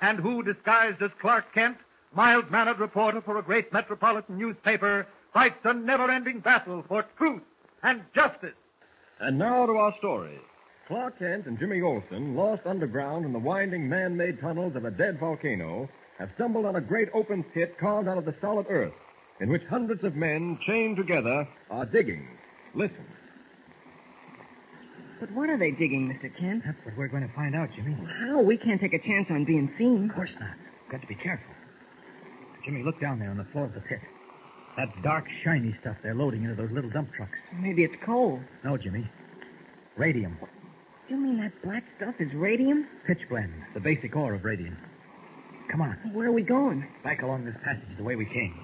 and who, disguised as Clark Kent, mild-mannered reporter for a great metropolitan newspaper, fights a never-ending battle for truth and justice. And now to our story. Clark Kent and Jimmy Olsen, lost underground in the winding man-made tunnels of a dead volcano, have stumbled on a great open pit carved out of the solid earth, in which hundreds of men, chained together, are digging. Listen. But what are they digging, Mr. Kent? That's what we're going to find out, Jimmy. Of How? We can't take a chance on being seen. course not. Got to be careful. Jimmy, look down there on the floor of the pit. That dark, shiny stuff they're loading into those little dump trucks. Maybe it's coal. No, Jimmy. Radium. You mean that black stuff is radium? Pitch blend. The basic ore of radium. Come on. Where are we going? Back along this passage the way we came.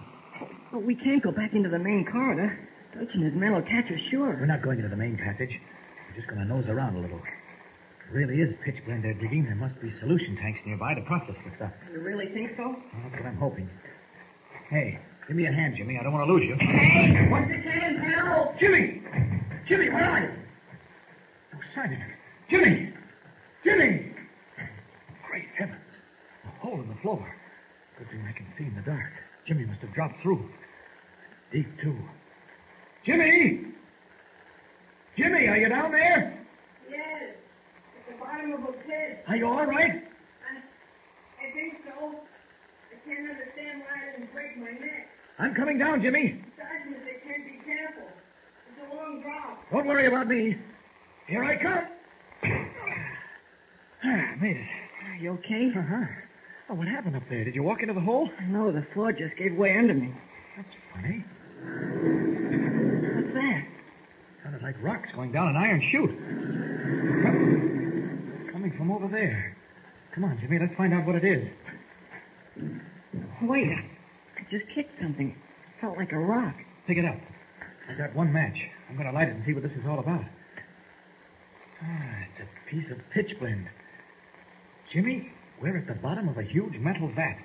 But we can't go back into the main corridor. Dutch and his men will catch us, We're sure. not going into the main passage. We're just going to nose around a little. It really is pitch blend they're digging. There must be solution tanks nearby to process the stuff. You really think so? Well, that's what I'm hoping. Hey, give me a hand, Jimmy. I don't want to lose you. Hey, what's the chance now? Jimmy! Jimmy, where are you? No sign of him. Jimmy! Jimmy! Great heavens. A hole in the floor. Good thing I can see in the dark. Jimmy must have dropped through. Deep, too. Jimmy! Jimmy, are you down there? Yes, at the bottom of a pit. Are you all right? I, I think so. I can't understand why I didn't break my neck. I'm coming down, Jimmy. Besides, Mr. Kent, be careful. It's a long drop. Don't worry about me. Here I come. Ah, made it. Are you okay? Uh-huh. Oh, what happened up there? Did you walk into the hole? No, the floor just gave way under me. Funny. What's that? Sounded like rocks going down an iron chute. Coming from over there. Come on, Jimmy, let's find out what it is. Wait, I, I just kicked something. It felt like a rock. Pick it up. I got one match. I'm going to light it and see what this is all about. Ah, it's a piece of pitch blend. Jimmy, we're at the bottom of a huge metal vat.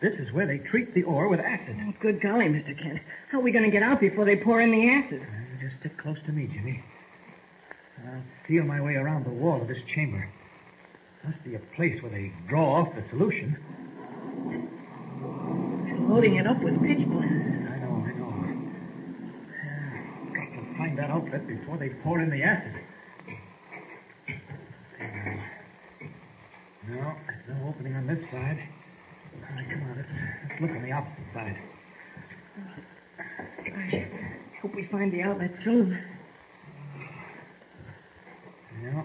This is where they treat the ore with acid. Oh, good golly, Mr. Kent. How are we going to get out before they pour in the acid? Uh, you just stick close to me, Jimmy. I'll feel my way around the wall of this chamber. Must be a place where they draw off the solution. They're loading it up with pitch blend. I know, I know. Uh, Got to find that outlet before they pour in the acid. No, there's no opening on this side. All right, come on, let's, let's look on the opposite side. Gosh, hope we find the outlet soon. No.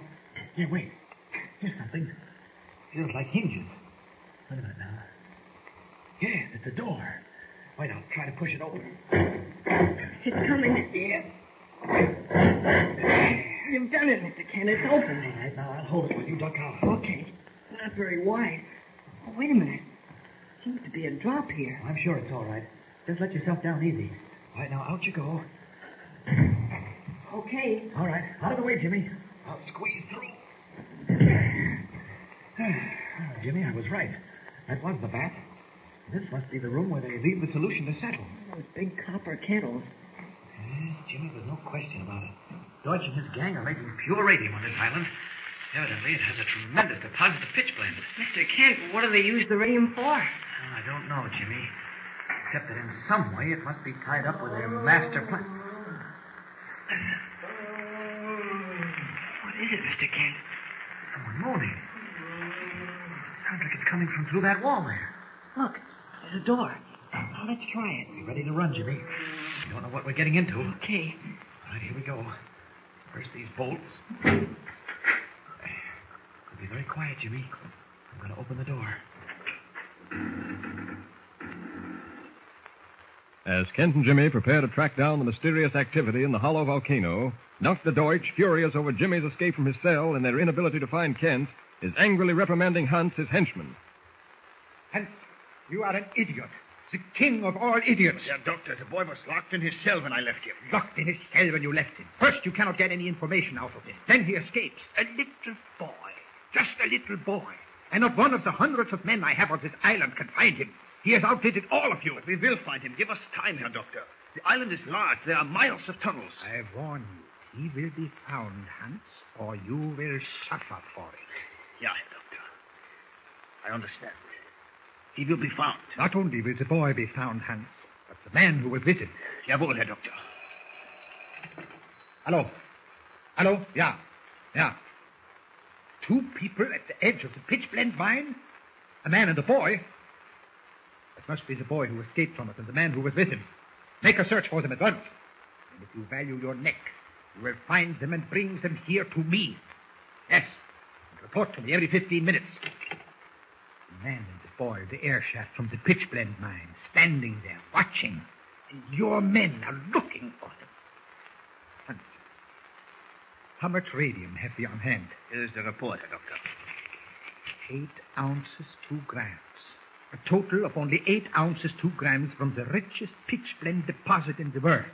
Yeah, wait. Here's something. Feels like hinges. Wait a minute now. Yes, it's a door. Wait, I'll try to push it open. It's coming. Yes. You've done it, Mr. Kent. It's All open. right, now I'll hold it while you duck out. Okay. It's not very wide. Oh, wait a minute. Seems to be a drop here. I'm sure it's all right. Just let yourself down easy. All right, now out you go. Okay. All right, out of the way, Jimmy. I'll squeeze through. Ah, Jimmy, I was right. That was the bath. This must be the room where they leave the solution to settle. Those big copper kettles. Yes, Jimmy, there's no question about it. Dodge and his gang are making pure radium on this island. Evidently, it has a tremendous deposit of pitch blend. Mr. Kent, but what do they use the radium for? Oh, I don't know, Jimmy. Except that in some way it must be tied up with their master plan. What is it, Mr. Kent? Someone moaning. Sounds like it's coming from through that wall there. Look, there's a door. Now let's try it. Be ready to run, Jimmy. We don't know what we're getting into. All Okay. right, here we go. First these bolts. Be very quiet, Jimmy. I'm going to open the door. As Kent and Jimmy prepare to track down the mysterious activity in the hollow volcano, Dunk the Deutsch, furious over Jimmy's escape from his cell and their inability to find Kent, is angrily reprimanding Hans, his henchman. Hans, you are an idiot. The king of all idiots. Yeah, doctor, the boy was locked in his cell when I left him. Locked in his cell when you left him. First, you cannot get any information out of him. Then he escapes. A little boy. Just a little boy. And not one of the hundreds of men I have on this island can find him. He has outwitted all of you. But we will find him. Give us time, Herr Doctor. The island is large. There are miles of tunnels. I warn you. He will be found, Hans, or you will suffer for it. Yeah, Doctor. I understand. He will be found. Not only will the boy be found, Hans, but the man who was with him. Jawohl, Herr Doctor. Hello. Hello? Yeah. Yeah. Two people at the edge of the pitch blend mine? A man and a boy? It must be the boy who escaped from it and the man who was with him. Make a search for them at once. And if you value your neck, you will find them and bring them here to me. Yes. And report to me every 15 minutes. The man and the boy, the air shaft from the pitch blend mine, standing there, watching. And your men are looking for them. Hans, how much radium have we on hand? Here's the report, Doctor. Eight ounces, two grams. A total of only eight ounces, two grams from the richest pitch blend deposit in the world.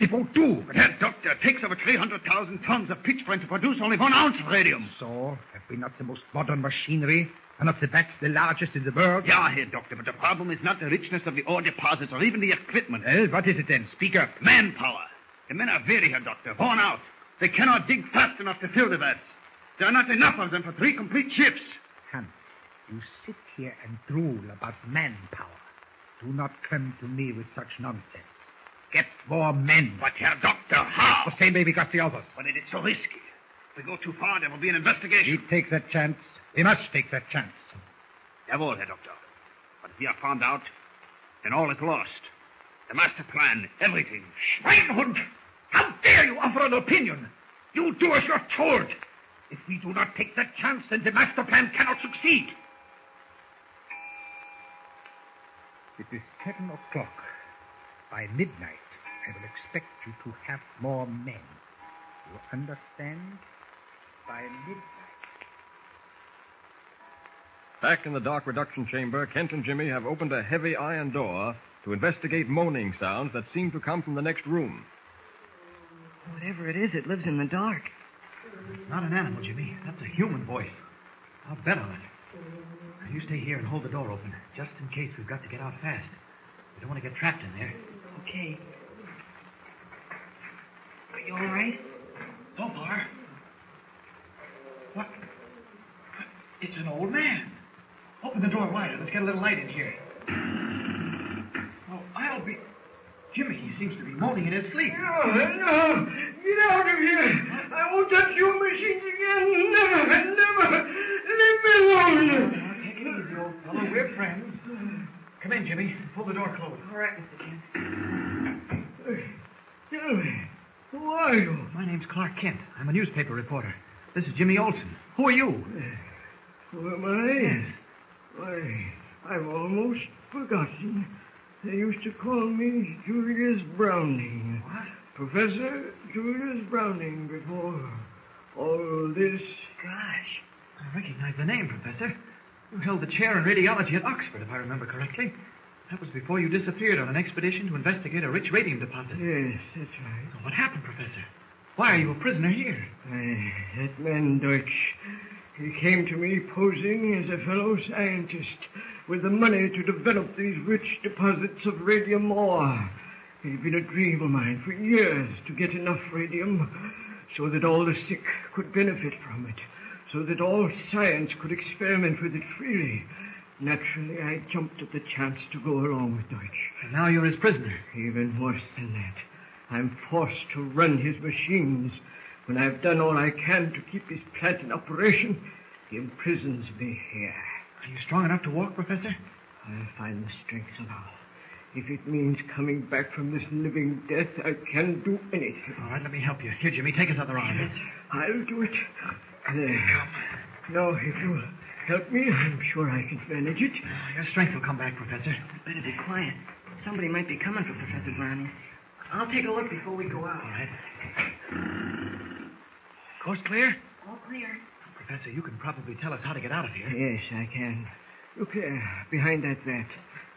It won't do. But that doctor it takes over 300,000 tons of pitch blend to produce only one ounce of radium. So, have we not the most modern machinery? And of the bats, the largest in the world? Yeah, Herr Doctor, but the problem is not the richness of the ore deposits or even the equipment. Well, what is it then? Speak up. Manpower. The men are weary, Herr Doctor, worn out. They cannot dig fast enough to fill the vats. There are not enough of them for three complete ships. Hans, you sit here and drool about manpower. Do not come to me with such nonsense. Get more men. But, Herr Doctor, how? The same way we got the others. But it is so risky. If we go too far, there will be an investigation. We take that chance. We must take that chance. Jawohl, Herr Doctor. But if we are found out, then all is lost. The master plan, everything. Schweinhund! How dare you offer an opinion? You do as you're told. If we do not take that chance, then the master plan cannot succeed. It is seven o'clock. By midnight, I will expect you to have more men. You understand? By midnight. Back in the dark reduction chamber, Kent and Jimmy have opened a heavy iron door to investigate moaning sounds that seem to come from the next room. Whatever it is, it lives in the dark. Not an animal, Jimmy. That's a human voice. I'll bet on it. Now, You stay here and hold the door open, just in case we've got to get out fast. We don't want to get trapped in there. Okay. Are you all right? So far. What? It's an old man. Open the door wider. Let's get a little light in here. Oh, I'll be. Jimmy, he seems to be moaning in his sleep. No, no. Get out of here. I won't touch your machines again. Never, never. Leave me alone. Take it easy, old fellow. We're friends. Come in, Jimmy. Pull the door closed. All right, Mr. Kent. Tell me, who are you? My name's Clark Kent. I'm a newspaper reporter. This is Jimmy Olson. Who are you? Who am I? Yes. Why, I've almost forgotten. They used to call me Julius Browning. What? Professor Julius Browning before all this. Gosh. I recognize the name, Professor. You held the chair in radiology at Oxford, if I remember correctly. That was before you disappeared on an expedition to investigate a rich radium deposit. Yes, that's right. What happened, Professor? Why are you a prisoner here? Aye, that man Deutsch. He came to me posing as a fellow scientist with the money to develop these rich deposits of radium ore. It had been a dream of mine for years to get enough radium so that all the sick could benefit from it, so that all science could experiment with it freely. Naturally, I jumped at the chance to go along with Deutsch. And now you're his prisoner. Even worse than that, I'm forced to run his machines. When I've done all I can to keep his plant in operation, he imprisons me here. Are you strong enough to walk, Professor? I'll find the strength somehow. If it means coming back from this living death, I can do anything. All right, let me help you. Here, Jimmy, take his other arm. I'll do it. There. Now, if you'll help me, I'm sure I can manage it. Uh, Your strength will come back, Professor. Better be quiet. Somebody might be coming for Professor Browning. I'll take a look before we go out. All right. Coast clear? All clear. Professor, you can probably tell us how to get out of here. Yes, I can. Look there, behind that vat.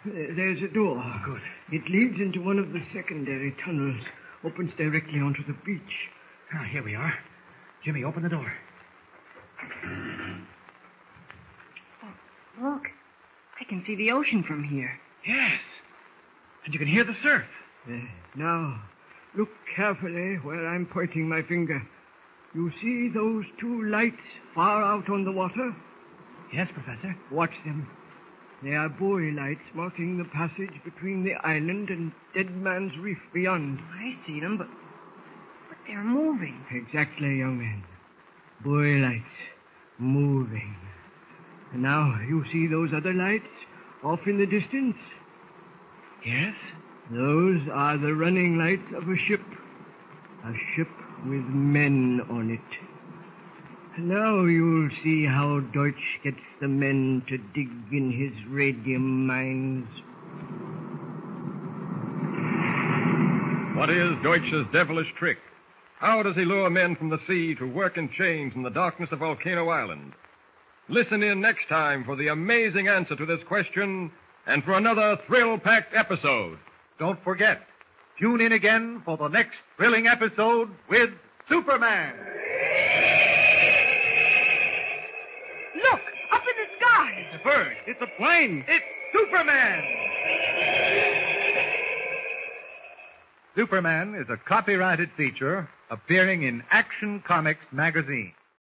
There- There's a door. good. It leads into one of the secondary tunnels, opens directly onto the beach. Ah, here we are. Jimmy, open the door. Look, I can see the ocean from here. Yes. And you can hear the surf. now, look carefully where I'm pointing my finger. You see those two lights far out on the water? Yes, Professor. Watch them. They are buoy lights marking the passage between the island and Dead Man's Reef beyond. I see them, but, but they're moving. Exactly, young man. Buoy lights moving. And now you see those other lights off in the distance? Yes? Those are the running lights of a ship. A ship with men on it. Now you'll see how Deutsch gets the men to dig in his radium mines. What is Deutsch's devilish trick? How does he lure men from the sea to work in chains in the darkness of Volcano Island? Listen in next time for the amazing answer to this question and for another thrill packed episode. Don't forget, tune in again for the next thrilling episode with Superman. Look, up in the sky. It's a bird. It's a plane. It's Superman. Superman is a copyrighted feature appearing in Action Comics magazine.